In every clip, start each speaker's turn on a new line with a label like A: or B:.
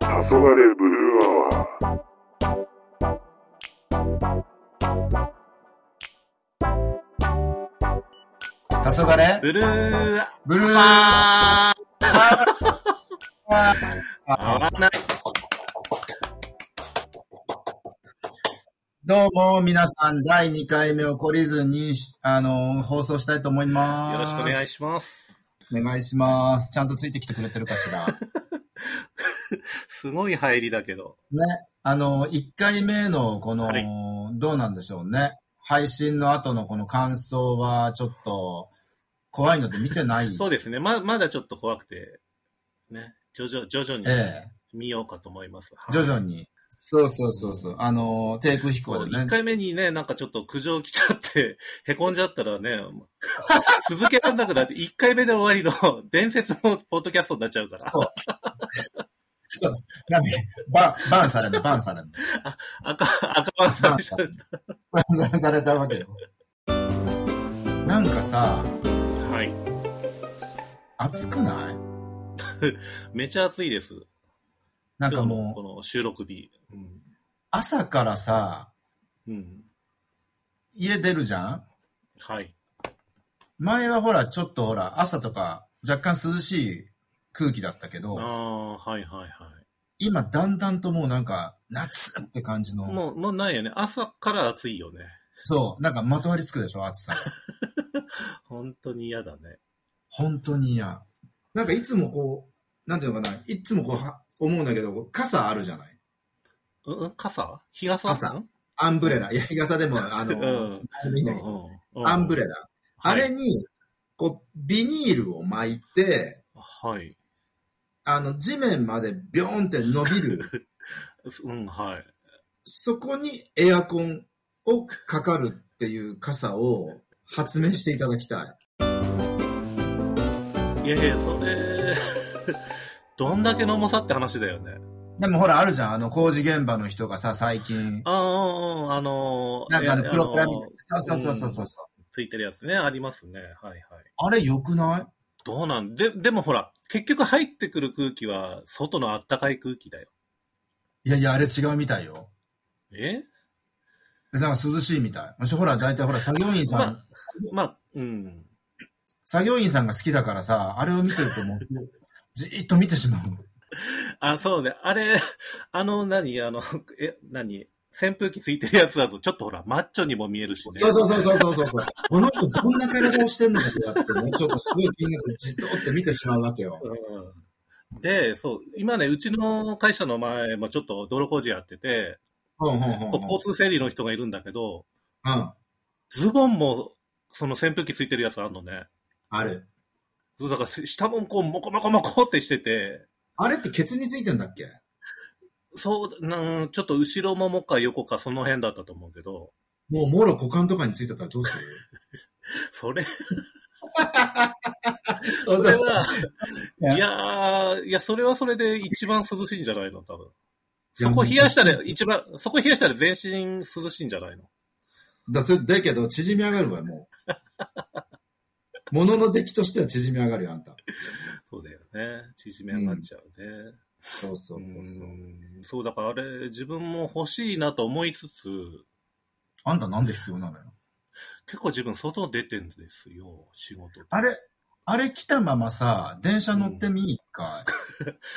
A: 黄昏ブルーアワー。
B: 黄昏
C: ブルーア
B: ブルー
C: ワー合
B: あ
C: わない。
B: どうも、皆さん、第2回目を懲りずに、あの、放送したいと思います。
C: よろしくお願いします。
B: す。お願いします。ちゃんとついてきてくれてるかし ら。
C: すごい入りだけど。
B: ね。あの、1回目の、この、
C: はい
B: どうなんでしょうね。配信の後のこの感想は、ちょっと、怖いので見てない。
C: そうですね。ま、まだちょっと怖くて、ね。徐々、徐々に
B: ええ
C: 見ようかと思います。
B: 徐々に。そうそうそうそう。あの、テイク飛行で
C: 1
B: ね。
C: 回目にね、なんかちょっと苦情来ちゃって、 へこんじゃったらね、 続けらんなくなって、1回目で終わりの伝説のポッドキャストになっちゃうから
B: そう、そうそうなんで、バン、バンされるの、バンされるの。
C: 赤、赤番さんでしょ。
B: バン されちゃうわけよ。なんかさ、
C: はい。
B: 暑くない
C: めちゃ暑いです。
B: なんか
C: 今日の
B: も
C: こ
B: う、
C: の収録日。うん。
B: 朝からさ、
C: うん。
B: 家出るじゃん
C: はい。
B: 前はほら、ちょっとほら、朝とか若干涼しい空気だったけ
C: あ
B: ど、
C: あ、はいはいはい。
B: 今だんだんともうなんか、夏って感じの、
C: もう、もうないよね。朝から暑いよね。
B: そう、なんかまとわりつくでしょ、暑さ。
C: 本当に嫌だね。
B: 本当に嫌。なんかいつもこう、なんていうのかな、いつもこうは、思うんだけど、こう傘あるじゃない
C: うんうん、傘日傘
B: 傘アンブレラ。いや、日傘でも、あ
C: う
B: の、
C: ん。
B: あれでいいんだけどアンブレラ。
C: ラ
B: あれに、こう、ビニールを巻いて、
C: はい。
B: あの、地面までビョーンって伸びる。
C: うん、はい。
B: そこにエアコンをかかるっていう傘を発明していただきたい。
C: いやいや、それ、 どんだけの重さって話だよね。
B: でもほら、あるじゃん。あの、工事現場の人がさ、最近。
C: ああ、あのー、
B: なんかあ
C: い
B: の、
C: や
B: プロペラみ
C: あ
B: たい
C: の
B: な。そうそうそうそううんそう。
C: ついてるやつね、ありますね。はいはい。
B: あれ良くない
C: どうなんで、でもほら、結局入ってくる空気は、外のあったかい空気だよ。
B: いやいや、あれ違うみたいよ。
C: え
B: なんか涼しいみたい。私ほら、大体ほら、作業員さん、
C: まあまあ、うん。
B: 作業員さんが好きだからさ、あれを見てるともう、じーっと見てしまう。
C: あ、そうね。あれ、あの、何、あの、え、何、扇風機ついてるやつだと、ちょっとほら、マッチョにも見えるしね。
B: そうそうそうそうそうそうそう。この人どんな体をしてんのかとかってね、ちょっとすごい気になってじっとって見てしまうわけよ。
C: うんで、そう、今ね、うちの会社の前もちょっと道路工事やってて、
B: うんうんうんうん。
C: こう交通整理の人がいるんだけど、
B: うん。
C: ズボンも、その扇風機ついてるやつあるのね。
B: ある。
C: そうだから、せ下もこう、モコモコモコってしてて、
B: あれってケツについてんだっけ
C: そう、なん、ちょっと後ろももか横かその辺だったと思うけど、
B: もうもろ股間とかについてたらどうする
C: それ、
B: そ
C: それは、
B: ね
C: いやー、いや、それはそれで一番涼しいんじゃないの多分。
B: いや
C: そこ冷やしたら
B: もう
C: 一番、そこ冷やしたら全身涼しいんじゃないの
B: だそれだけど、縮み上がるわ、もう。ものの出来としては縮み上がるよ、あんた。
C: そうだよね。縮め上がっちゃうね。
B: そうそううそう。
C: ん、そう、だからあれ、自分も欲しいなと思いつつ、
B: あんたなんで必要なのよ。
C: 結構自分外出てんですよ、仕事。
B: あれ、あれ来たままさ、電車乗ってみ一回。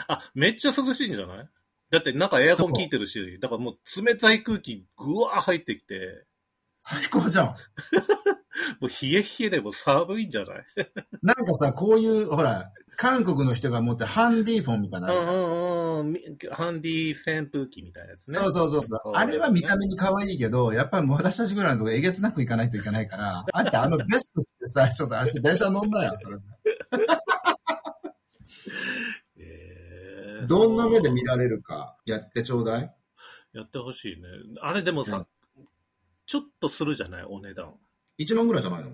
C: あ、めっちゃ涼しいんじゃないだって中エアコン効いてるし、だからもう冷たい空気ぐわー入ってきて、
B: 最高じゃん。
C: もう冷え冷えでも寒いんじゃない
B: なんかさ、こういう、ほら、韓国の人が持ってハンディフォンみたいな
C: う
B: のある
C: ん
B: じ
C: う
B: ゃん。
C: んうんみ。ハンディ扇風機みたいなやつね。
B: そうそうそうそう。あれは見た目に可愛いけど、やっぱり私たちぐらいのとこえげつなく行かないといけないから、あんたあのベスト着てさ、ちょっと明日電車乗んなよ、それ。
C: えー
B: どんな目で見られるか、やってちょうだい。
C: やってほしいね。あれでもさ、
B: うん
C: ちょっとするじゃないお値段。
B: 1万ぐらいじゃないの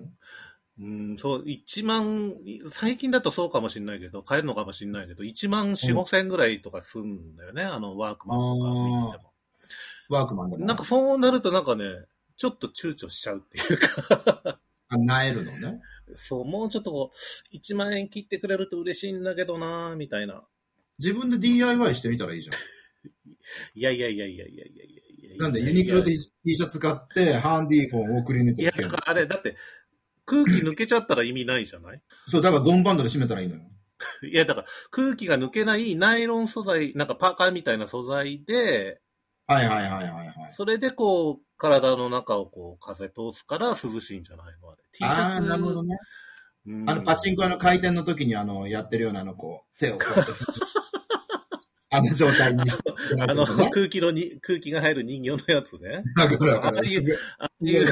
C: うん、そう、1万、最近だとそうかもしれないけど、買えるのかもしれないけど、1万4、5千ぐらいとかすんだよね。あの、ワークマンとか見に行っても。
B: ワークマンでも。
C: なんかそうなるとなんかね、ちょっと躊躇しちゃうっていうか、
B: あ、なえるのね。
C: そう、 もうちょっとこう、1万円切ってくれると嬉しいんだけどなみたいな。
B: 自分で DIY してみたらいいじゃん。
C: いやいやいやいやいやいやいやいや。
B: なんで、ユニクロで T シャツ買って、ハンディーコンを送りに行っ
C: い
B: て
C: や、
B: つけ
C: だ
B: る
C: か。らあれ、だって、空気抜けちゃったら意味ないじゃない
B: そう、だからドンバンドで締めたらいいのよ。
C: いや、だから空気が抜けないナイロン素材、なんかパーカーみたいな素材で、
B: はいはいはいはい、はい。
C: それでこう、体の中をこう、風通すから涼しいんじゃないのあれ。T シ
B: あ
C: ャ
B: あ、
C: ツ。
B: なるほどね。
C: うん
B: あの、パチンコ屋の回転の時に、あの、やってるような、あの、こう、手をこ うやって、あの状態にして、
C: あの、
B: ね、
C: 空気のに、空気が入る人形のやつね。
B: だから、
C: ああいう、ああい
B: いや
C: う、
B: いや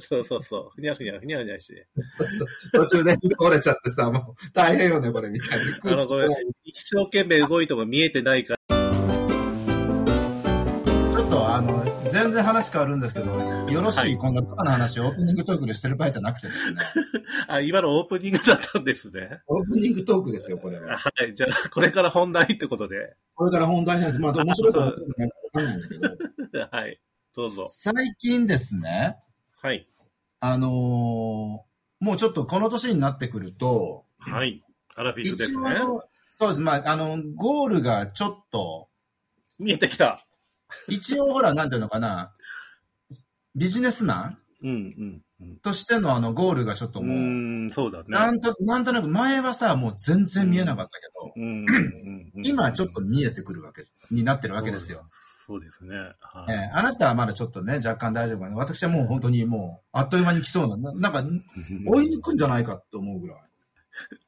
C: そう そうそうそう、ふにゃふにゃ、ふにゃふにゃして。
B: そうそう途中で折れちゃってさ、もう、大変よね、これ、みたいな。
C: あのこれ一生懸命動いても見えてないから。
B: ちょっとあの、全然話変わるんですけど、よろしい、
C: はい
B: こんなバカな話をオープニングトークでしてる場合じゃなくてですね。
C: あ、今のオープニングだったんですね。
B: オープニングトークですよ、これは。
C: はい。じゃあ、これから本題ってことで。
B: これから本題なんです。まあ、面白いことはちょっとねわかんないんだけど、
C: はい。どうぞ。
B: 最近ですね、
C: はい。
B: あのーもうちょっとこの年になってくると、
C: はい。アラフィフです
B: 一応あ
C: ね。
B: の、そうです。まあ、あの、ゴールがちょっと、
C: 見えてきた。
B: 一応ほら、なんていうのかな、ビジネスマン
C: うん、うん、
B: としてのあの、ゴールがちょっと
C: う
B: もう、
C: ん。うーん、そうだ
B: な
C: ね。
B: んと、なんとなく前はさ、もう全然見えなかったけど、
C: うん、うんうん
B: 今ちょっと見えてくるわけ、になってるわけですよ。。
C: そうですね。は
B: え
C: い。
B: えあなたはまだちょっとね、若干大丈夫かな。私はもう本当にもう、あっという間に来そうな、ななんか、 追い抜くんじゃないかと思うぐらい。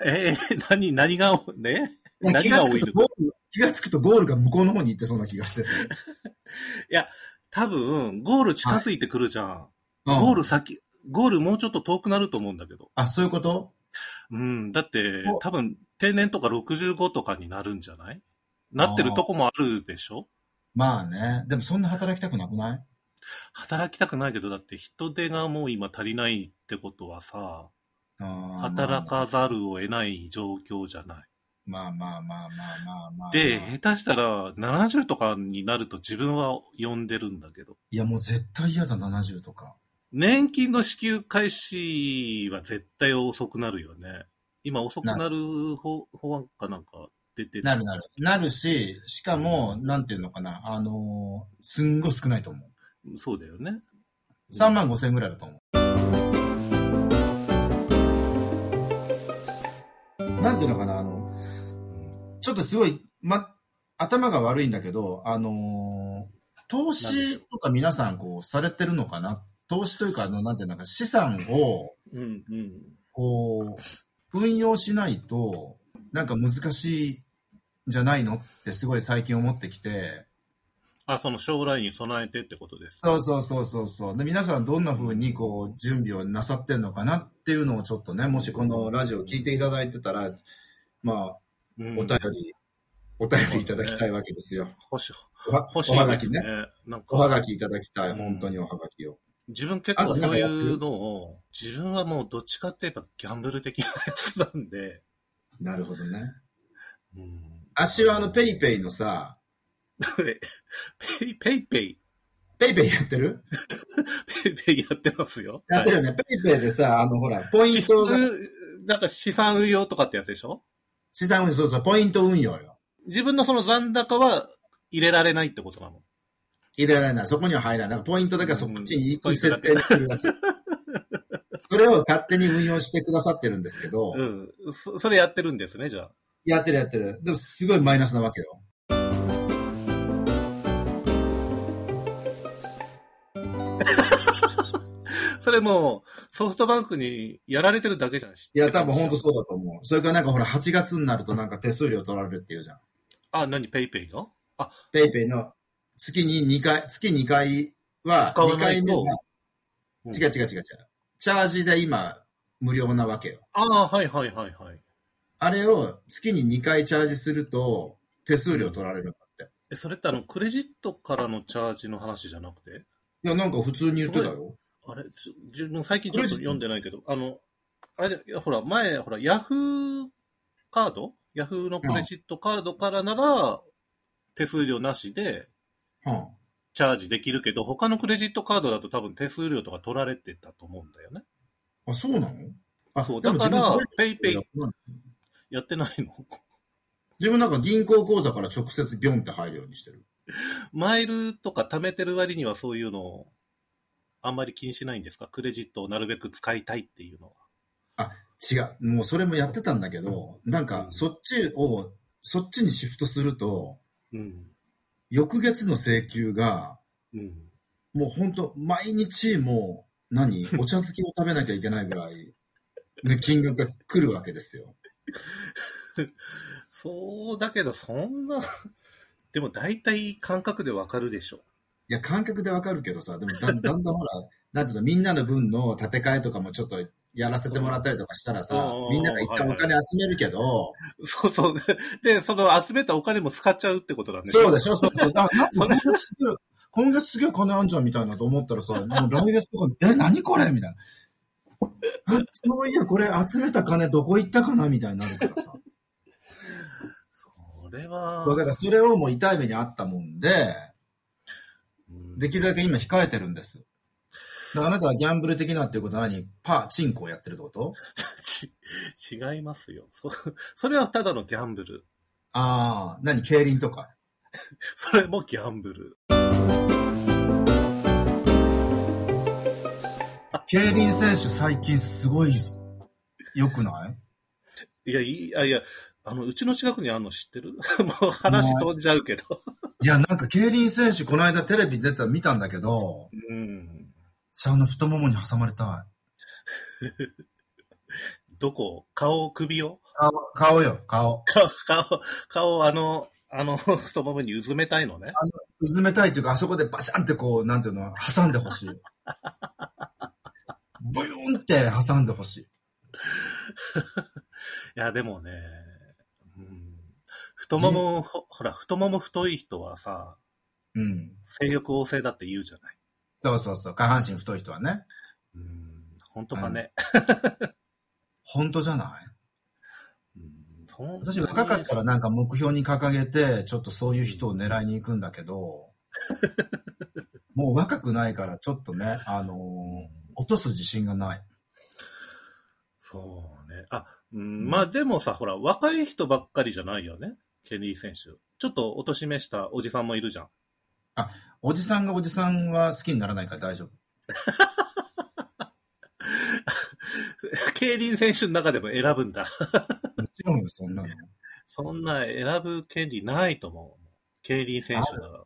C: えー、何、何が、ね何
B: 気が
C: が
B: つ
C: 追い抜
B: くと
C: く
B: ゴール、気がつくとゴールが向こうの方に行ってそうな気がしてさ。
C: 多分、ゴール近づいてくるじゃん。
B: うん
C: ゴール先、ゴールもうちょっと遠くなると思うんだけど。
B: あ、そういうこと
C: うん、だって
B: お、
C: 多分、定年とか65とかになるんじゃないなってるとこもあるでしょ
B: まあね。でもそんな働きたくなくない
C: 働きたくないけど、だって人手がもう今足りないってことはさ、働
B: 働
C: かざるを得ない状況じゃない。
B: まあまあまあまあまあまあ。
C: で、下手したら70とかになると自分は呼んでるんだけど、
B: いやもう絶対嫌だ、70とか。
C: 年金の支給開始は絶対遅くなるよね。今遅くなる法法案かなんか出て
B: なるなる。なるし、しかも、なんていうのかな、あのーすんごい少ないと思
C: そうだよね。
B: う。3万5千ぐらいだと思う。なんていうのかな、あの、
C: うん
B: ちょっとすごい、ま、頭が悪いんだけど、あのー投資とか皆さんこうされてるのかな投資というか、あの、なんていうのか、資産を、
C: うんうん。
B: こう、運用しないと、なんか難しいんじゃないのってすごい最近思ってきて、
C: あ、その将来に備えてってことです。
B: そうそうそうそうそう。で、皆さんどんな風にこう、準備をなさってんのかなっていうのをちょっとね、もしこのラジオ聞いていただいてたら、まあ、
C: うん
B: お便り、お便りいただきたいわけですよ。
C: 欲しい、
B: おは
C: 欲し
B: お
C: い
B: は
C: で
B: が
C: す
B: き
C: ね
B: ね。。
C: なん
B: おは
C: か、
B: がきいただきたい。本当におはがきを。
C: 自分結構そういうのを、自分はもうどっちかって言えばギャンブル的なやつなんで、
B: なるほどね。
C: うん、
B: 足はあの、ペイペイのさ、
C: ペイペイペイ、
B: ペイペイやってる
C: ペイペイやってますよ。
B: やってるよね。ペイペイでさ、あの、ほら、ポイントが
C: 資産なんか資産運用とかってやつでしょ
B: 資産運用、そうそう、ポイント運用よ。
C: 自分のその残高は入れられないってことなの。
B: 入れられない。そこには入らない。なんかポイントだけはそっちに
C: うん
B: 行設定するだけ。それを勝手に運用してくださってるんですけど、
C: うん。そそれやってるんですね、じゃあ。
B: やってるやってる。でもすごいマイナスなわけよ。
C: それもうソフトバンクにやられてるだけじゃん。
B: いや、多分本当そうだと思う。それからなんかほら、8月になるとなんか手数料取られるっていうじゃん。
C: あ、何ペイペイのあ、
B: ペイペイの月に2回、月2回は、
C: 使わ
B: 2
C: ない
B: 回
C: と
B: 目は、
C: うん
B: 違う違う違う違う。チャージで今、無料なわけよ。
C: ああ、はいはいはいはい。
B: あれを月に2回チャージすると、手数料取られるんだって。
C: え、それってあの、クレジットからのチャージの話じゃなくて
B: いや、なんか普通に言ってたよ。
C: あれ、ちょ自分最近ちょっと読んでないけど、あの、あれで、いやほら、前、ほら、ヤフーカードヤフーのクレジットカードからなら、手数料なしで
B: うん。
C: チャージできるけど、他のクレジットカードだと多分手数料とか取られてたと思うんだよね。
B: あ、そうなのあ
C: そう、だから、ペイペイ
B: イ。
C: やってないの
B: 自分なんか銀行口座から直接ビョンって入るようにしてる。
C: マイルとか貯めてる割にはそういうのをあんまり気にしないんですかクレジットをなるべく使いたいっていうのは。
B: 違う。もうそれもやってたんだけど、なんかそっちを、そっちにシフトすると、
C: うん。
B: 翌月の請求が、
C: うん。
B: もう本当毎日もう、何お茶漬けを食べなきゃいけないぐらい、ね、金額が来るわけですよ。
C: そうだけど、そんな、 でも大体感覚でわかるでしょ。
B: いや、感覚でわかるけどさ、でもだ んだんだんほら、なんていうの、みんなの分の建て替えとかもちょっとやらせてもらったりとかしたらさ
C: うん、
B: みんなが一旦お金集めるけど、
C: そうそう。 で、その集めたお金も使っちゃうってことなんで
B: そうで
C: し
B: しょ、そうそう。だから、なんか今月すげえ、今月すげえ金あんじゃんみたいなと思ったらさ、もう来月とか、え、何これみたいな。えそういや、これ集めた金どこ行ったかなみたいになるからさ。
C: ょ。それは
B: だ、からそれをもう痛い目にあったもんで、
C: うん
B: できるだけ今控えてるんです。だからあなたはギャンブル的なっていうことは何パー、チンコをやってるってこと
C: ち 違いますよ。そ それはただのギャンブル。
B: ああ、何競輪とか。
C: それもギャンブル。
B: 競輪選手最近すごい、良くない
C: いや、いい、あいや、あの、うちの近くにあんの知ってる もう話飛んじゃうけど。
B: いや、なんか競輪選手この間テレビ出た、見たんだけど、
C: うん。
B: ちゃんの太ももに挟まれたい。
C: どこ顔、首を
B: 顔、顔よ、顔。
C: 顔、顔、顔、あの、あの、太ももにうずめたいのね。
B: うずめたいというか、あそこでバシャンってこう、なんていうの、挟んでほしい。ブヨーンって挟んでほしい。
C: いや、でもね、うん、太もも、ほほら、太もも太い人はさ、
B: うん。
C: 性欲旺盛だって言うじゃない。
B: そうそうそう、下半身太い人はね。
C: うん、本当かね。
B: 本当じゃない
C: うんそんな
B: 私若かったらなんか目標に掲げて、ちょっとそういう人を狙いに行くんだけど、もう若くないから、ちょっとね、あのー落とす自信がない。
C: そうね。あ、うん、まあでもさ、ほら、若い人ばっかりじゃないよね。ケリー選手。ちょっとおとしめしたおじさんもいるじゃん。
B: おじさんがおじさんは好きにならないから大丈夫。
C: 競輪選手の中でも選ぶんだ。
B: もちろんよ、そんなの。
C: そんな選ぶ権利ないと思う。競輪選手だから。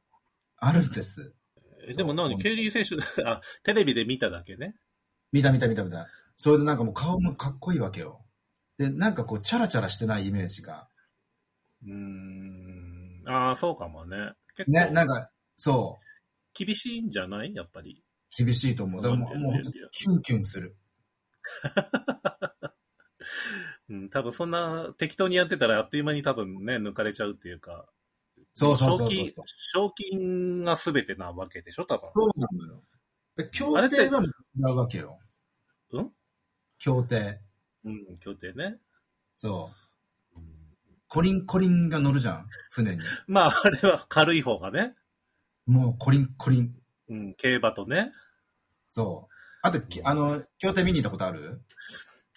B: あるんです。
C: えでも
B: そ
C: 何
B: う
C: 競輪選手 だ、あ、テレビで見ただけね。
B: 見た見た見た見た。それでなんかもう顔もかっこいいわけよ。で、なんかこう、チャラチャラしてないイメージが。
C: うーん。ああ、そうかもね。結
B: ね、なん
C: 構、
B: か、そ
C: 厳しいんじゃないやっぱり。
B: う、厳しいと思う。でも、もうもう、キュンキュンする。
C: うん、多分そんな適当にやってたらあっという間に多分ね、抜かれちゃうっていうか。
B: そうそうそうそう。
C: 賞金、賞金が全てなわけでしょ、多分。
B: そうなのよ。で協
C: あれって
B: 定は違うわけよ。
C: うん
B: 協定。
C: うん、協定ね。
B: そう。コリンコリンが乗るじゃん、船に。
C: まあ、あれは軽い方がね。
B: もうコリンコリン。
C: うん、競馬とね。
B: そう。あと、きあの、協定見に行ったことある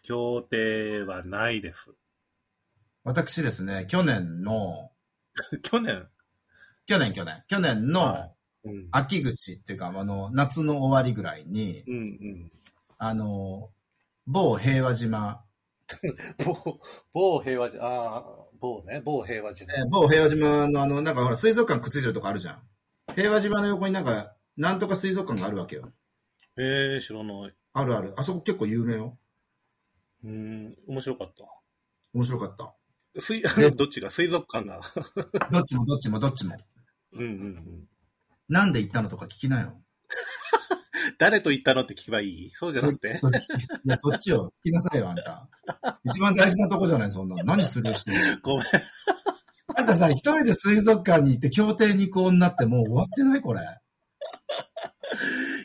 C: 協定はないです。
B: 私ですね、去年の、
C: 去年。
B: 去年去年、去年
C: は
B: の
C: うん。
B: 秋口っていうか、あの、夏の終わりぐらいに、
C: うんうん。
B: あの、某平和島、
C: 某、某平和じゃ、ああ、某ね、某平和じゃ
B: えー某平和島のあの、なんかほら、水族館くっついてるとこあるじゃん。平和島の横になんか、なんとか水族館があるわけよ。
C: ええー、知らない。
B: あるある。あそこ結構有名よ。
C: うん、面白かった。
B: 面白かった。
C: 水、
B: ね
C: どっちが水族館が。
B: どっちもどっちもどっちも。
C: うんうんうん。
B: なんで行ったのとか聞きなよ。
C: 誰と行ったのって聞けばいいそうじゃなくて。
B: それ聞きいや、そっちを 聞きなさいよ、あんた。一番大事なとこじゃない、そんなの。何するしてる
C: ごめん。
B: あんたさ、一人で水族館に行って協定に行こうになってもう終わってないこれ。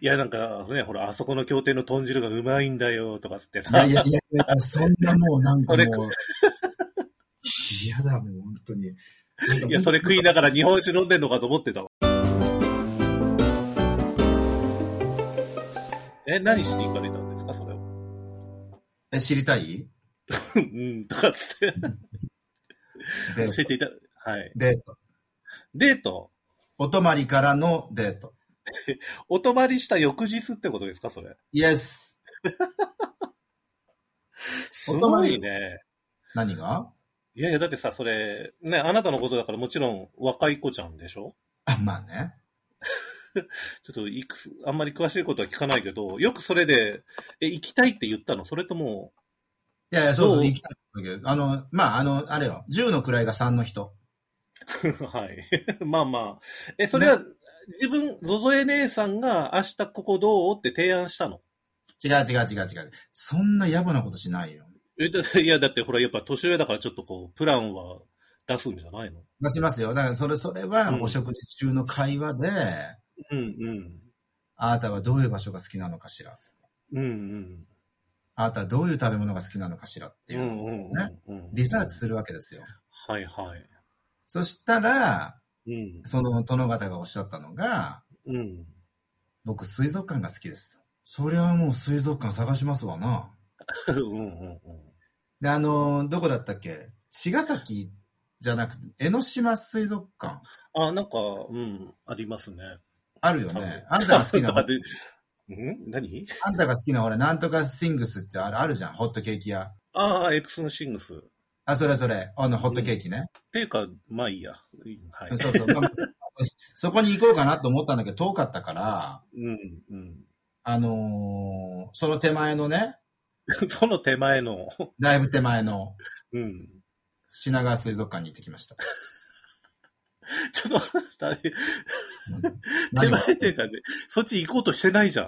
C: いや、なんかね、ほら、あそこの協定の豚汁がうまいんだよ、とかつってさ。
B: いやいやいやいや、そんなもうなんか
C: それ
B: もう。嫌だ、もう本当に。なんか
C: いや、それ食いながら日本酒飲んでんのかと思ってたわ。え、何しに行かれたんですか、それを。
B: え、知りたい
C: うん、とかっつって、
B: デー
C: 教え
B: ト
C: ていた、はい。
B: デート。
C: デート
B: お泊まりからのデート。
C: お泊まりした翌日ってことですか、それ。
B: イエス。
C: すごいね。
B: 何が
C: いやいや、だってさ、それ、ね、あなたのことだからもちろん若い子ちゃんでしょ
B: あ、まあね。
C: ちょっといくつ、あんまり詳しいことは聞かないけど、よくそれで、え、行きたいって言ったのそれとも、
B: いやいや、そう
C: ど
B: そうう、行きたいんだけど。あの、まあ、あの、あれよ。10の位が3の人。
C: はい。 まあまあ。え、それは、自分、ゾゾエ姉さんが明日ここどうって提案したの
B: 違う違う違う違う。そんな野暮なことしないよ。
C: えだ いや、だってほら、やっぱ年上だからちょっとこう、プランは出すんじゃないの
B: 出しますよ。だから、それ、それは
C: うん、
B: お食事中の会話で、
C: うんうん。
B: あなたはどういう場所が好きなのかしら。
C: うんうん。
B: あなたはどういう食べ物が好きなのかしらっていうう、
C: んうんうんうん。
B: リサーチするわけですよ。
C: はいはい。
B: そしたら、
C: うん。
B: その殿方がおっしゃったのが、
C: うん。
B: 僕、水族館が好きですと。そりゃもう水族館探しますわな。
C: うんうんうん。
B: で、あの、どこだったっけ茅ヶ崎じゃなくて、江ノ島水族館。
C: あ、なんか、うん、ありますね。
B: あるよ
C: 多分
B: ね。あんたが好きな
C: とか、でん何
B: あんたが好きな、ほら、なんとかシングスってあるあるじゃん、ホットケーキ屋。
C: ああ、エクスのシングス。っ
B: あ、それそれ、あの、ホットケーキね。
C: ていうか、まあいいや。はい。
B: そう そう。まあそこに行こうかなと思ったんだけど、遠かったから、
C: うんうん。
B: あのーその手前のね、
C: その手前の、
B: だいぶ手前の
C: うん。
B: 品川水族館に行ってきました。
C: ちょっと待って、手
B: 何が
C: 前っていうかね、そっち行こうとしてないじゃん。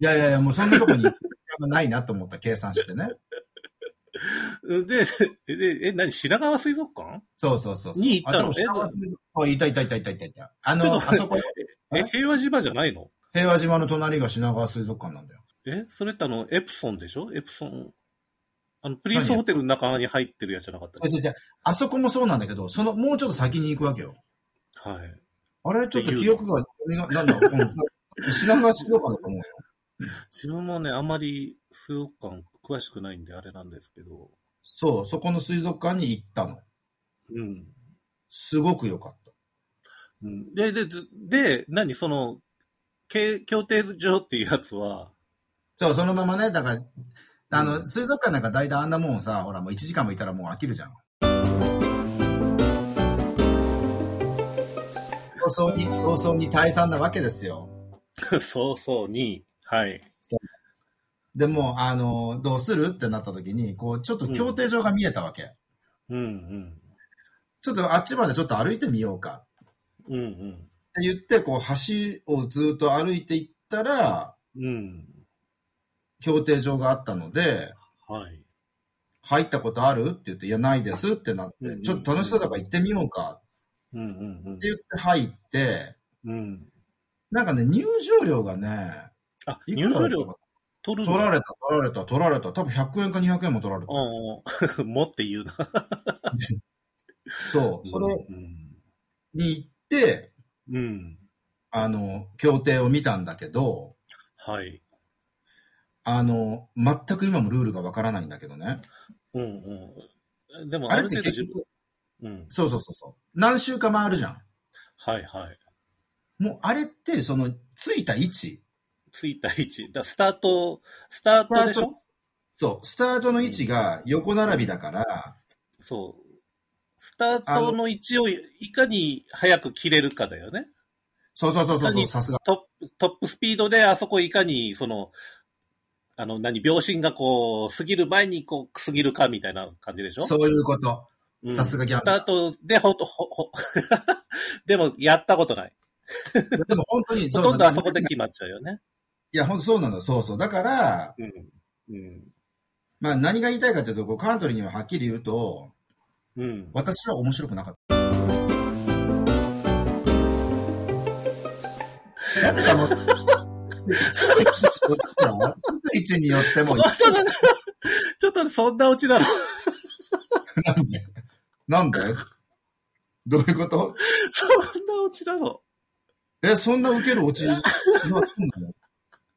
B: いやいやいや、もうそんなとこに行く必要がないなと思った、計算してね。
C: うんで、で、え、何品川水族館
B: そうそうそうそう。
C: に行ったの
B: あでも品川水族館いたいたいたいたいたいた。あ
C: ちょ
B: の、あ
C: っと待って
B: そこ、
C: え、平和島じゃないの
B: 平和島の隣が品川水族館なんだよ。
C: え、それってあの、エプソンでしょエプソン。あの、プリンスホテルの中に入ってるやつじゃなかった
B: 違う違う違うあそこもそうなんだけど、その、もうちょっと先に行くわけよ。
C: はい。
B: あれちょっと記憶が、なんだ、うん品川水族館だと思うよ。
C: 自分もね、あまり水族館詳しくないんであれなんですけど、
B: そう、そこの水族館に行ったの。
C: うん。
B: すごく良かった。
C: うんで、で、ずで、何その、け協定上っていうや つは、
B: そう、そのままね、だから、あの、
C: うん
B: 水族館なんか大体あんなもんさ、ほら、もう1時間もいたらもう飽きるじゃん。早々に、早々に退散なわけですよ。
C: そうそうに、はい。
B: でもう、あの、どうするってなった時に、こう、ちょっと協定場が見えたわけ。
C: うんうん。
B: ちょっとあっちまでちょっと歩いてみようか。
C: うんうん。
B: って言って、こう、橋をずっと歩いていったら、
C: うん。
B: 協定場があったので、
C: はい。
B: 入ったことあるって言って、いや、ないですってなって、
C: うん
B: ちょっと楽しそうだから行ってみようか
C: うんうん
B: って言って入って、
C: うん。うん。
B: なんかね、入場料がね、
C: あ、
B: い
C: 入
B: くら
C: 場料取る
B: 取ら
C: れ
B: れた、取られた、取られた。多分100円か200円も取られた。
C: うん うん。もって言うな。
B: そう。それ
C: うん。
B: に行って、
C: うん。
B: あの、協定を見たんだけど、
C: はい。
B: あの、全く今もルールがわからないんだけどね。
C: うんうん。でも、
B: あ
C: あ
B: れ
C: る
B: って
C: 程度
B: 結
C: 自分、
B: 局、
C: うん。
B: そうそうそうそう。何週か回るじゃん。
C: はいはい。
B: もうあれって、その、ついた位置。
C: ついた位置。だスタート、スタートでし
B: スター
C: ょ
B: そう、スタートの位置が横並びだから、
C: そう。スタートの位置をいかに早く切れるかだよね。
B: そうそうそうそうそう、
C: 何
B: さすが。
C: トップ、トップスピードであそこいかに、その、あの、何、秒針がこう、過ぎる前にこう、過ぎるかみたいな感じでしょ
B: そういうこと。
C: うん
B: さすがギャン
C: スタートで、ほんと、ほ、 ほ、でも、やったことない。
B: でも本当に、
C: ほ
B: う
C: とんどあ
B: そ
C: そうこで決まっちゃうよね。
B: いや、本当そうなの、そうそう。だから、
C: うん。うん。
B: まあ何が言いたいかというと、こうカントリーにははっきり言うと、
C: うん。
B: 私は面白くなかった。だってさ、 もう、つく位置によって
C: そ
B: も
C: ん、なちょっとそんなオチなの。
B: なんでなんでどういうこと
C: そんなオチなの。
B: え、そんな受けるオチ、なそうなの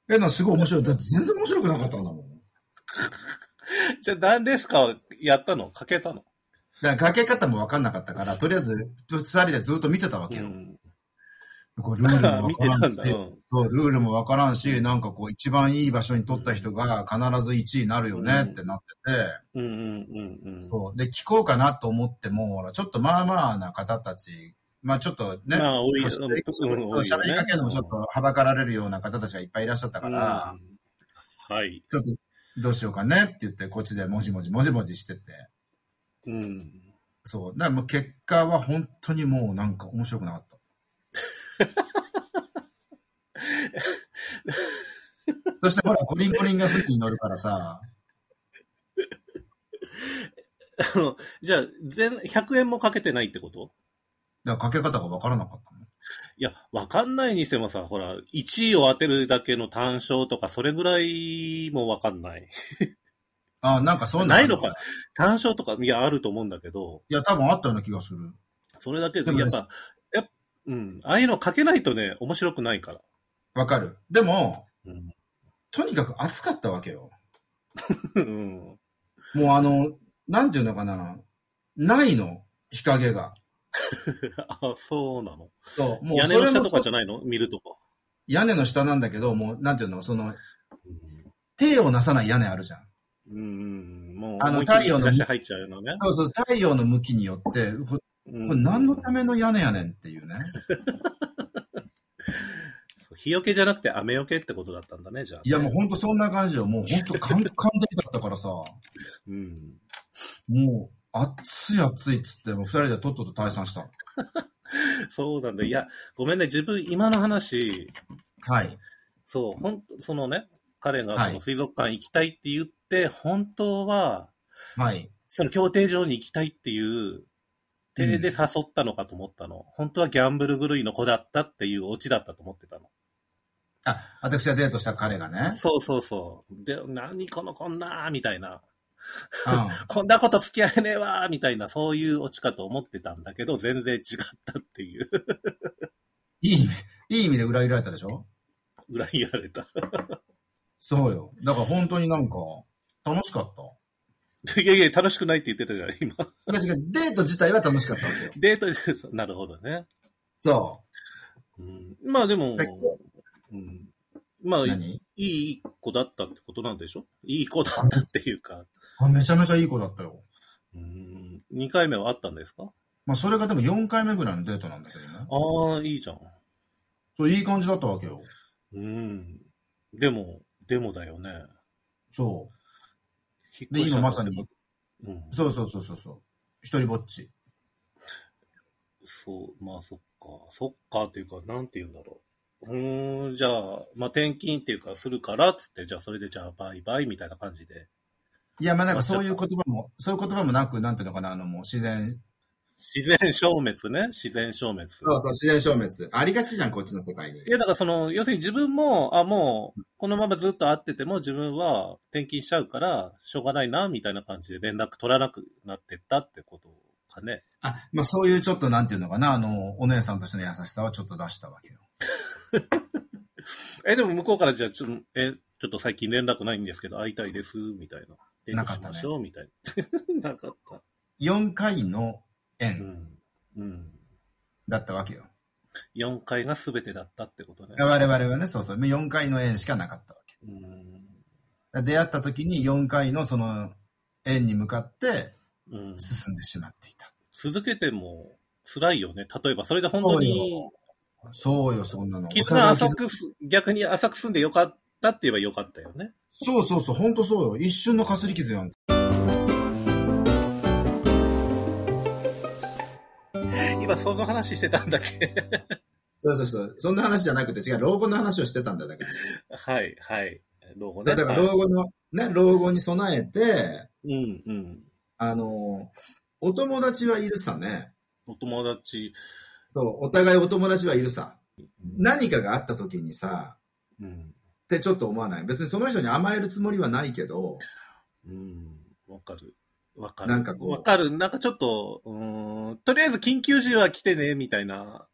B: え、なんかすごい面白い。だって全然面白くなかったんだもん。
C: じゃあ何ですかはやったのかけたの
B: だからかけ方も分かんなかったから、とりあえず、二人でずっと見てたわ
C: う
B: けよ。
C: ん。
B: こうルールもわ
C: 見
B: か
C: て
B: ら
C: た
B: ん
C: ん
B: し
C: だ。う、ん。
B: そうルールもわからんし、なんかこう、一番いい場所に取った人が必ず1位になるよねってなってて、
C: うんうんうんうん。
B: そう。で、聞こうかなと思っても、ほら、ちょっとまあまあな方たち、まあちょっとね、
C: まあ、多い、
B: そ
C: うん
B: して
C: うん多いよ
B: 喋
C: ね
B: りかけるのもちょっとはばかられるような方たちがいっぱいいらっしゃったから、
C: うんはい。
B: ちょっとどうしようかねって言って、こっちでもじもじもじもじしてて、
C: うん。
B: そう。だからもう結果は本当にもうなんか面白くなかった。そしてほら、コリンコリンが付近に乗るからさ、
C: あの、じゃあ、全、100円もかけてないってこと
B: だからかけ方がわからなかったの。
C: いや、わかんないにしてもさ、ほら、1位を当てるだけの単勝とか、それぐらいもわかんない。
B: あ、なんかそうう
C: ないのか単勝とか、いや、あると思うんだけど、
B: いや、多分あったような気がする。
C: それだけ
B: で
C: で、
B: もね
C: やっぱ、やっぱうん、ああいうのかけないとね、面白くないから。
B: わかる。でも、
C: うん。
B: とにかく暑かったわけよ。
C: うん
B: もうあの、なんていうのかな。ないの、日陰が。
C: あ、そうなの。
B: そう。もう
C: 屋根の
B: それ
C: 下
B: も
C: とかじゃないの見るとこ。
B: 屋根の下なんだけど、もう、なんていうの、その、手をなさない屋根あるじゃん。
C: うんうん、もう、
B: あの
C: 思いっきり
B: 太陽の
C: 日差し入っちゃうようなね。
B: そうそう、太陽の向きによって、こ
C: うん
B: これ何のための屋根やねんっていうね。
C: 日よけじゃなくて雨よけってことだったんだね、じゃあ。
B: いや、もうほんとそんな感じよ。もうほんとカンカンでだったからさ、も
C: うん。
B: う、暑い暑いっつって、もう二人でとっとと退散した。
C: そうなんだ。いや、ごめんね、自分、今の話、
B: はい。
C: そう、ほんそのね、彼が
B: はい
C: その水族館行きたいって言って、本当は、
B: はい。
C: その競艇場に行きたいっていう、手で誘ったのかと思ったの。本当はギャンブル狂いの子だったっていうオチだったと思ってたの。
B: あ、私がデートした彼がね。
C: そうそうそう。で、何このこんなーみたいな。
B: うん。
C: こんなこと付き合えねえわーみたいな、そういうオチかと思ってたんだけど、全然違ったっていう、
B: いい意味、いい意味で裏切られたでしょ
C: 裏切られた。
B: そうよ。だから本当になんか、楽しかっ
C: いやいや、楽しくないって言ってたじゃん、今。
B: た。違う違うデート自体は楽しかったわけよ。
C: デートです。なるほどね。
B: そ
C: うん、まあでも
B: だ、
C: うん、まあ、
B: う。
C: い
B: 何
C: い子だったってことなんでしょいい子だったっていうか、
B: あめちゃめちゃいい子だったよ。
C: うん、2回目はあったんですか
B: まあ、それがでも4回目ぐらいのデートなんだけどね。
C: ああ、いいじゃん。
B: そう、いい感じだったわけよ。
C: うん。でも、でもだよね。
B: そ
C: 引
B: う。で、
C: っ越しち
B: 今
C: ゃ
B: ま
C: った
B: さ
C: って
B: に、
C: こと。うん。
B: そうそうそうそうそう。一人ぼっち。
C: そう、まあそっか。そっかっていうか、なんて言うんだろう。うーん、じゃあ、まあ転勤っていうかするから、つって、じゃあそれでじゃあバイバイみたいな感じで。
B: いや、まあなんかそういう言葉も、そういう言葉もなく、なんていうのかな、あのもう自然。
C: 自然消滅ね。自然消滅。
B: そう、自然消滅。ありがちじゃん、こっちの世界に
C: いや、だからその、要するに自分も、あ、もう、このままずっと会ってても自分は転勤しちゃうから、しょうがないな、みたいな感じで連絡取らなくなってったってことかね。
B: あ、まあそういうちょっとなんていうのかな、あの、お姉さんとしての優しさはちょっと出したわけよ。
C: え、でも向こうからじゃあ、ちょ、え、ちょっと最近連絡ないんですけど、会いたいです、みたいな。デートしましょう、みたいな。な かった。
B: 4回の
C: う
B: 縁
C: ん。うん。
B: だったわけよ。
C: 4回が全てだったってことね。
B: 我々はね、そうそう、4回の縁しかなかったわけ。
C: うん。
B: 出会った時に4回のその縁に向かって
C: うん。
B: 進んでしまっていた。
C: 続けても辛いよね。例えば、それで本当に、
B: そうよ、そんなの。お
C: 絆
B: 互い
C: 浅くす、逆に浅く住んでよかったって言えばよかったよね。
B: そうそうそう、ほんとそうよ。一瞬のかすり傷やん。
C: 今その話してたんだっけ
B: そうそうそう。そんな話じゃなくて、違う、老後の話をしてたんだだけど。
C: はい、はい。老後ね。
B: だから
C: はい
B: 老後の、ね、老後に備えて、
C: うん、うん。
B: あの、お友達はいるさね。
C: お友達。
B: そう、お互いお友達はいるさ。何かがあった時にさ、
C: うん。
B: ってちょっと思わない別にその人に甘えるつもりはないけど、
C: うん。わかる。わかる。
B: なんかこう
C: わかる。なんかちょっと、うーん、とりあえず緊急時は来てね、みたいな。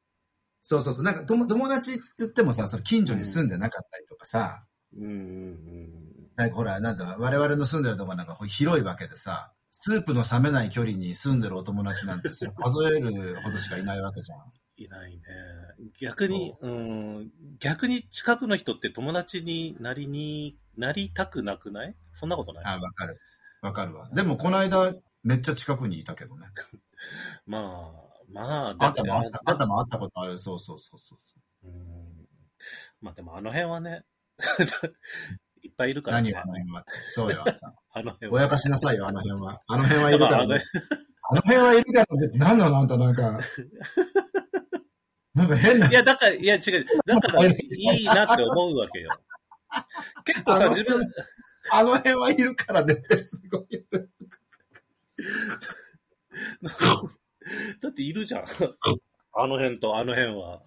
B: そうそうそう、なんか友友達って言ってもさ、その近所に住んでなかったりとかさ、
C: うん、うん、
B: なんかほら、なんだ、我々の住んでるとこなんかこう広いわけでさ、スープの冷めない距離に住んでるお友達なんてそれ数えるほどしかいないわけじゃん。
C: いないね。逆に、うん、逆に近くの人って友達になりに、なりたくなくないそんなことない
B: あ、わかる。わかるわ。でも、この間、めっちゃ近くにいたけどね。
C: まあ、まあ、
B: あ
C: だ
B: っ
C: って
B: たもあった、あったもあったことある。そうそうそうそう。
C: うんまあでもあの辺はね、 いっぱいいるから、
B: 何
C: ね、
B: よ、あの辺は。そうよ。
C: あの辺
B: ぼ
C: は。
B: やかしなさいよ、あの辺は。あの辺はいる
C: だ
B: か
C: から
B: ら、
C: あの辺。
B: あの辺はいるからね。何なのあんた、なんか。なんか変ない
C: や、だから、いや違う。だ から、いいなって思うわけよ。結構
B: あ
C: さ、
B: の
C: 自分、
B: あの辺はいるからねってすごい。
C: だっているじゃん。あの辺とあの辺は。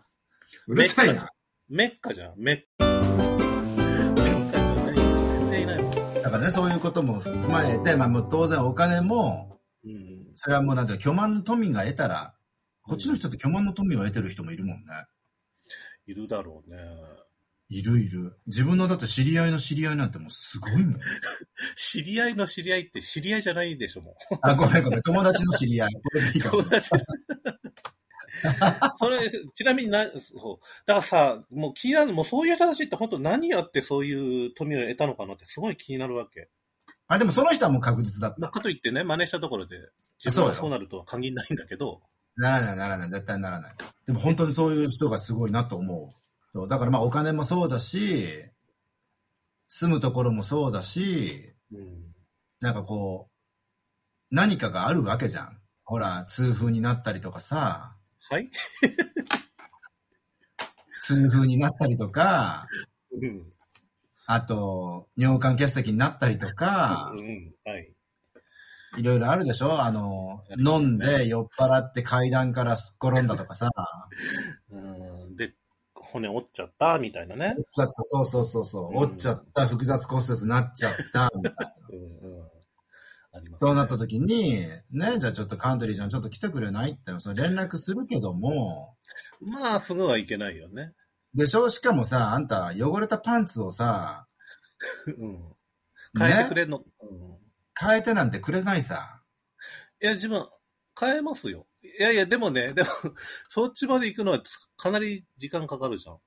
B: うるさいな。
C: メッカじゃん、メッカ。メッカじゃない。全然いないもん。
B: だからね、そういうことも踏まえて、まあもう当然お金も、
C: うん。
B: それはもうなんて、巨万の富が得たら、こっちの人って巨万の富を得てる人もいるもんね。
C: いるだろうね。
B: いるいる。自分のだって知り合いの知り合いなんてもうすごい もん。
C: 知り合いの知り合いって知り合いじゃないでし ょ、もう。
B: あ、ごめんごめん。友達の知り合い。これでいいか
C: 友
B: し
C: 達それ、ちなみにな、そう。だからさ、もう気になる、もうそういう人たちって本当何やってそういう富を得たのかなってすごい気になるわけ。
B: あ、でもその人はもう確実だった。
C: まあ、かといってね、真似したところで、
B: あ
C: 自
B: そう
C: 分
B: よ
C: がそうなるとは限らないんだけど、
B: ならない、ならない。絶対ならない。でも本当にそういう人がすごいなと思うそう。だからまあお金もそうだし、住むところもそうだし、
C: うん。
B: なんかこう、何かがあるわけじゃん。ほら、痛風になったりとかさ、
C: はい
B: 痛風になったりとか、
C: うん。
B: あと、尿管結石になったりとか
C: う、ん。はい。
B: いろいろあるでしょあの、飲んで酔っ払って階段からすっ転んだとかさ、
C: うん。で、骨折っちゃった、みたいなね
B: 折。っちゃった、そうそうそうそう、折っちゃった、複雑骨折になっちゃ った、みたいな。
C: うん。うん。あります、
B: そうなった時に、ね、じゃあちょっとカントリーちゃんちょっと来てくれないって、それ連絡するけども、
C: まあ、すぐはいけないよ ね。
B: でしょしかもさ、あんた汚れたパンツをさ、
C: うん。
B: ね
C: 変えてくれんの、うん。
B: 変えてなんてくれないさ。
C: いや、自分、変えますよ。いやいや、でもね、でも、 そっちまで行くのはつかなり時間かかるじゃん。
B: い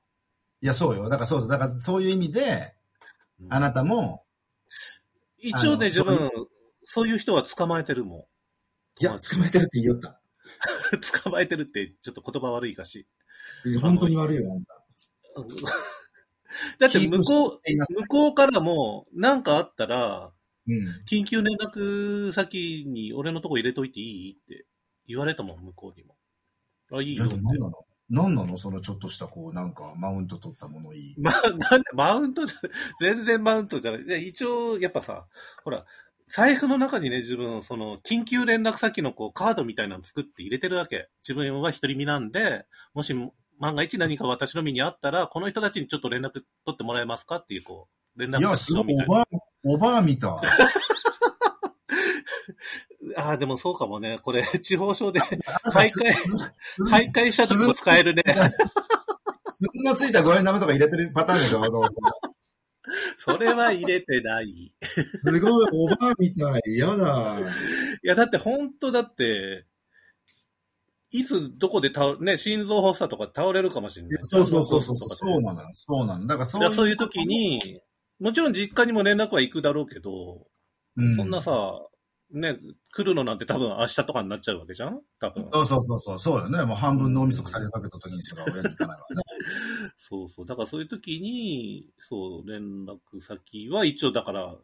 B: や、そうよ。だからそうだからそういう意味で、
C: うん
B: あなたも、
C: 一応ね、
B: あの
C: 自分、そういう人は捕まえてるもん。
B: いや、捕まえてるって言いよった。
C: 捕まえてるって、ちょっと言葉悪い かし。
B: 本当に悪いよ、あんた。
C: うん だって、
B: キー
C: 向こ
B: プし
C: う、
B: ています
C: 向こうからも、なんかあったら、
B: うん。
C: 緊急連絡先に俺のとこ入れといていいって言われたもん、向こうにも。あ、い
B: い
C: い
B: や、
C: よっ
B: で
C: て
B: も。何なの何なのそのちょっとした、こう、なんか、マウント取ったものいい。
C: ま、なんで、マウントじゃ、全然マウントじゃない。で一応、やっぱさ、ほら、財布の中にね、自分、その、緊急連絡先のこう、カードみたいなの作って入れてるわけ。自分は一人身なんで、もし、万が一何か私の身にあったら、この人たちにちょっと連絡取ってもらえますかっていう、こう、連絡
B: いや、す
C: 先
B: ご
C: の
B: い
C: みたい、
B: お
C: な。
B: ばあ、おばあみたい。
C: ああ、でもそうかもね。これ、 地方症で、徘 徊、
B: はい。
C: 徘徊した時も使えるね。
B: 鈴のついた五円玉とか入れてるパターンで しょどうせ
C: それは入れてない。
B: すごい、おばあみたい。やだ。
C: いや、だって本当だって、いつどこで倒ね、心臓発作とか倒れるかもしれない。
B: そうそうそうそう。
C: とかで
B: そうなのよ。そうなの。だから
C: だ
B: そ
C: か
B: ういう
C: ら。そういう時に、もちろん実家にも連絡は行くだろうけど、
B: うん、
C: そんなさ、ね、来るのなんて多分明日とかになっちゃうわけじゃん多分。
B: そうそうそうそう、そうよね。もう半分脳みそ腐りかけた時にしか親に行かないわね。
C: そうそう。だからそういう時に、そう、連絡先は一応だから、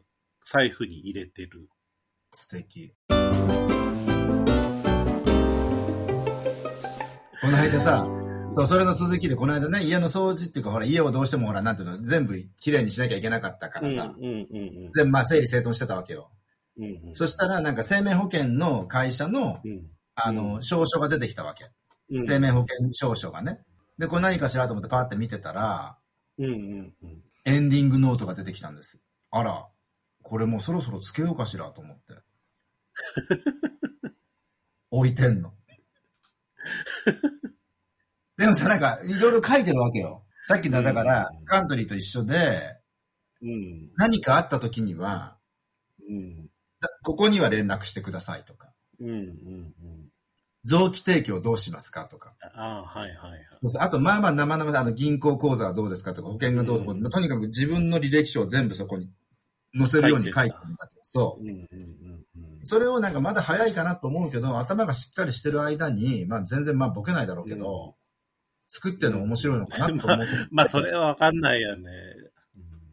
C: 財布に入れてる。
B: 素敵。この間さ、そう、それの続きで、この間ね、家の掃除っていうか、ほら、家をどうしてもほら、なんていうの、全部きれいにしなきゃいけなかったか
C: うん
B: ら
C: うん
B: さ。
C: うん
B: で、まあ、整理整頓してたわけよ。
C: うん。うんうん
B: そしたら、なんか生命保険の会社の、
C: うん
B: あの、証書が出てきたわけ。
C: うん
B: 生命保険証書がね。で、これ何かしらと思ってパーって見てたら、
C: うんうんうん。
B: エンディングノートが出てきたんです。あら、これもうそろそろつけようかしらと 思って。置いてんの。でもさ、なんか、いろいろ書いてるわけよ。さっきの、だから
C: うん、
B: カントリーと一緒で、
C: うん
B: 何かあった時には、
C: うん。
B: ここには連絡してくださいとか、
C: うんうんうん。
B: 臓器提供どうしますかとか。
C: ああ、はいはいはい。
B: あと、まあまあ生々しい、あの、銀行口座はどうですかとか、保険がどうとか、
C: うん
B: とにかく自分の履歴書を全部そこに載せるように書いてるんだけど、そう。
C: うんうんうんうん。
B: それをなんかまだ早いかなと思うけど、頭がしっかりしてる間に、まあ全然まあボケないだろうけど、作ってるの面白いのかなと思って。
C: まあ、それはわかんないよね。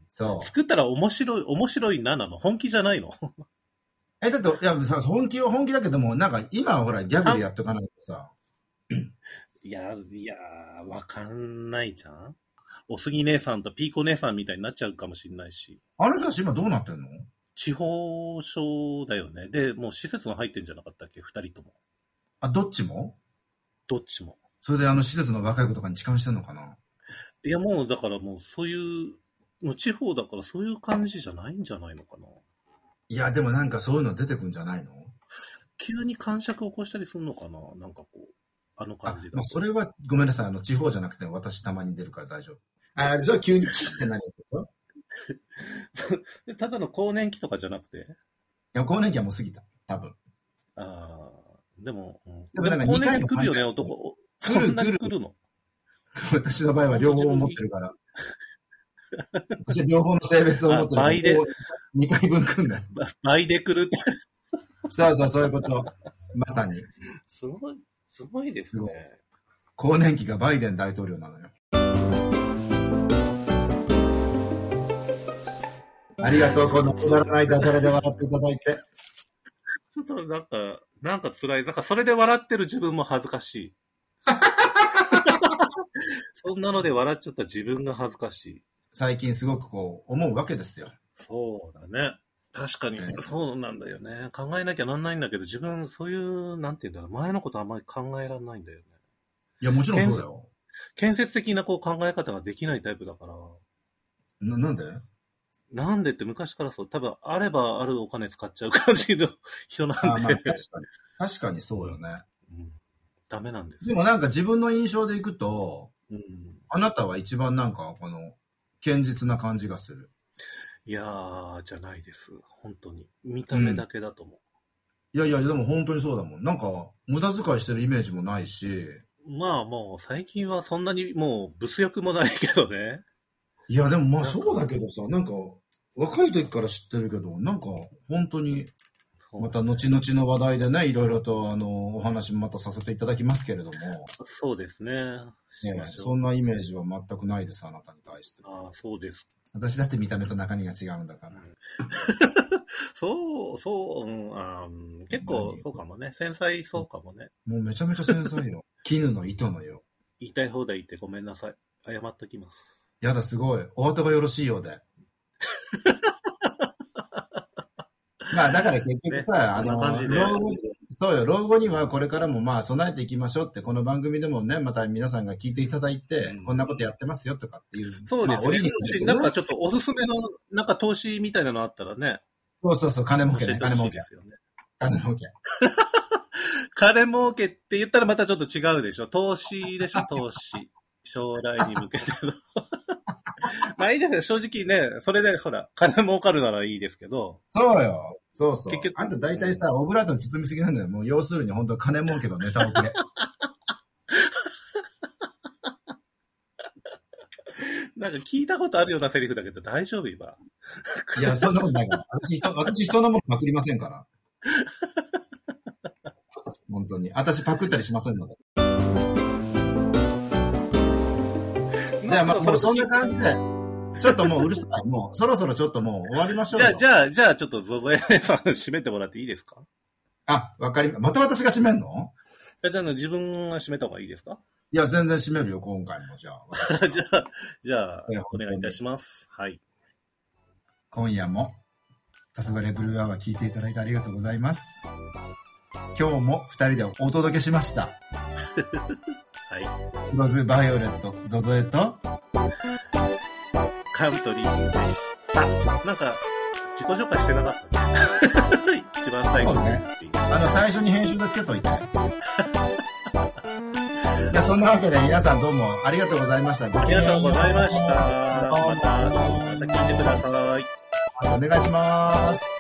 B: そう。
C: 作ったら面白い、面白いななの。本気じゃないの。
B: え、だって、いや、さ、本気は本気だけども、なんか今はほらギャグでやっとかないとさ、
C: いや、いや、わかんないじゃん。おすぎ姉さんとピーコ姉さんみたいになっちゃうかもしれないし。
B: あの人たち今どうなってんの
C: 地方症だよね。で、もう施設が入ってんじゃなかったっけ二人とも。
B: あ、どっちも
C: どっちも。
B: それであの施設の若い子とかに痴漢してんのかない
C: や、もうだからもうそういう、もう地方だからそういう感じじゃないんじゃないのかな。
B: いや、でもなんかそういうの出てくんじゃないの
C: 急に感触を起こしたりするのかななんかこう、あの
B: あ
C: 感じ、だ
B: まあ、それはごめんなさい。あの、地方じゃなくて私たまに出るから大丈夫。あ、じゃあ急に切ってなるでしょい
C: でただの更年期とかじゃなくて。
B: や、更年期はもう過ぎた。多分。
C: ああ、でも、うん
B: でもなんか
C: でも更年
B: 二回も
C: 期来るよね、
B: 三回も
C: 男。
B: 来る
C: そんなに来るの。
B: 私の場合は両方持ってるから。私は両方の性別を持ってるから。
C: あ倍で
B: 2回分来んだよ。
C: 倍で来るって。
B: そうそう、そういうこと。まさに。
C: すごい、すごいですね。
B: 更年期がバイデン大統領なのよ。ありがとう、このくだらないダジャレで笑っていただいて。
C: ちょっとなんか、なんか辛い。なんかそれで笑ってる自分も恥ずかし い。そんなので笑っちゃった自分が恥ずかしい。
B: 最近すごくこう、思うわけですよ。
C: そうだね。確かに
B: う、ん
C: そうなんだよね。考えなきゃなんないんだけど、自分、そういう、なんて言うんだろう、前のことあんまり考えられないんだよね。
B: いや、もちろんそうだよ。
C: 建設的なこう考え方ができないタイプだから。
B: ななんで
C: なんでって昔からそう、多分あればあるお金使っちゃう感じの人な
B: あまあ
C: んで
B: 確、かに確かにそうよね。
C: うんダメなんです
B: で
C: よ。
B: もなんか自分の印象でいくと、
C: うん、
B: あなたは一番なんか、この、堅実な感じがする。
C: いやー、じゃないです。本当に。見た目だけだと思
B: いやいや、でも本当にそうだもん。なんか、無駄遣いしてるイメージもないし、
C: う。まあもう最近はそんなにもう物欲もないけどね。
B: いや、でもまあそうだけどさ、なんか、若い時から知ってるけど、なんか、本当に、
C: そう
B: また後々の話題でね、いろいろと、あの、お話もまたさせていただきますけれども、
C: そうですね。し
B: ね
C: ましょう
B: そんなイメージは全くないです、あなたに対して。
C: ああ、そうです。
B: 私だって見た目と中身が違うんだから。
C: そう、そう、うん、あーうん結構そうかもね。繊細そうかもね。
B: もうめちゃめちゃ繊細よ。 絹の糸のよ。
C: 言いたい放題言ってごめんなさい。謝っときます。
B: やだ、すごい。お後がよろしいようで。 まあ、だから結局さ、あ
C: そんな
B: の、
C: 感じで。
B: 老後そうよ、老後にはこれからもまあ備えていきましょうって、この番組でもね、また皆さんが聞いていただいて、
C: うん
B: こんなことやってますよとかっていう。
C: そうです
B: まあ
C: ね
B: 折に触れてね
C: なんかちょっとおすすめの、なんか投資みたいなのあったらね、
B: そうそうそう、金儲け
C: 教
B: ね
C: え、て
B: 金
C: ほ
B: 儲
C: しい
B: け
C: で。すよね。
B: 金儲け。
C: 金儲けって言ったらまたちょっと違うでしょ。投資で しょ、投資。将来に向けての。 まあいいですよ、正直ね、それでほら、金儲かるならいいですけど、
B: そうよ。そうそう。
C: 結局
B: あんた大体さ、オブラートに包みすぎなんだよ。もう要するに本当金儲けのネタをくれ。
C: なんか聞いたことあるようなセリフだけど大丈夫今。
B: いや、そんなことない から。私人、私人のものパクりませんから。本当に。私パクったりしませんので。じゃあ、まあ、もうそんな感じで、ちょっともううるさい。もう、そろそろちょっともう終わりましょう
C: じゃあ、
B: よ。
C: じゃあ、じゃあ、ちょっとゾゾエさん締めてもらっていいですか
B: あ、わかりま、また私が締めんの
C: えじゃああの、自分が締めた方がいいですか
B: いや、全然締めるよ、今回も。じゃあ、私
C: じゃあ、じゃあ
B: いや、
C: お願いいたします。はい。
B: 今夜も、黄昏ブルーアワー聞いていただいてありがとうございます。今日も二人でお届けしま した。
C: はい。
B: ロズバイオレット、ゾゾエと、
C: カントリーでした。なんか、自己紹介してなかった ね。一番最後にっていう
B: あの、最初に編集でつけといて。 じゃあ、そんなわけで皆さんどうもありがとうございました。
C: ありがとうございました。
B: ま
C: また、また聞いてください。
B: たお願いします。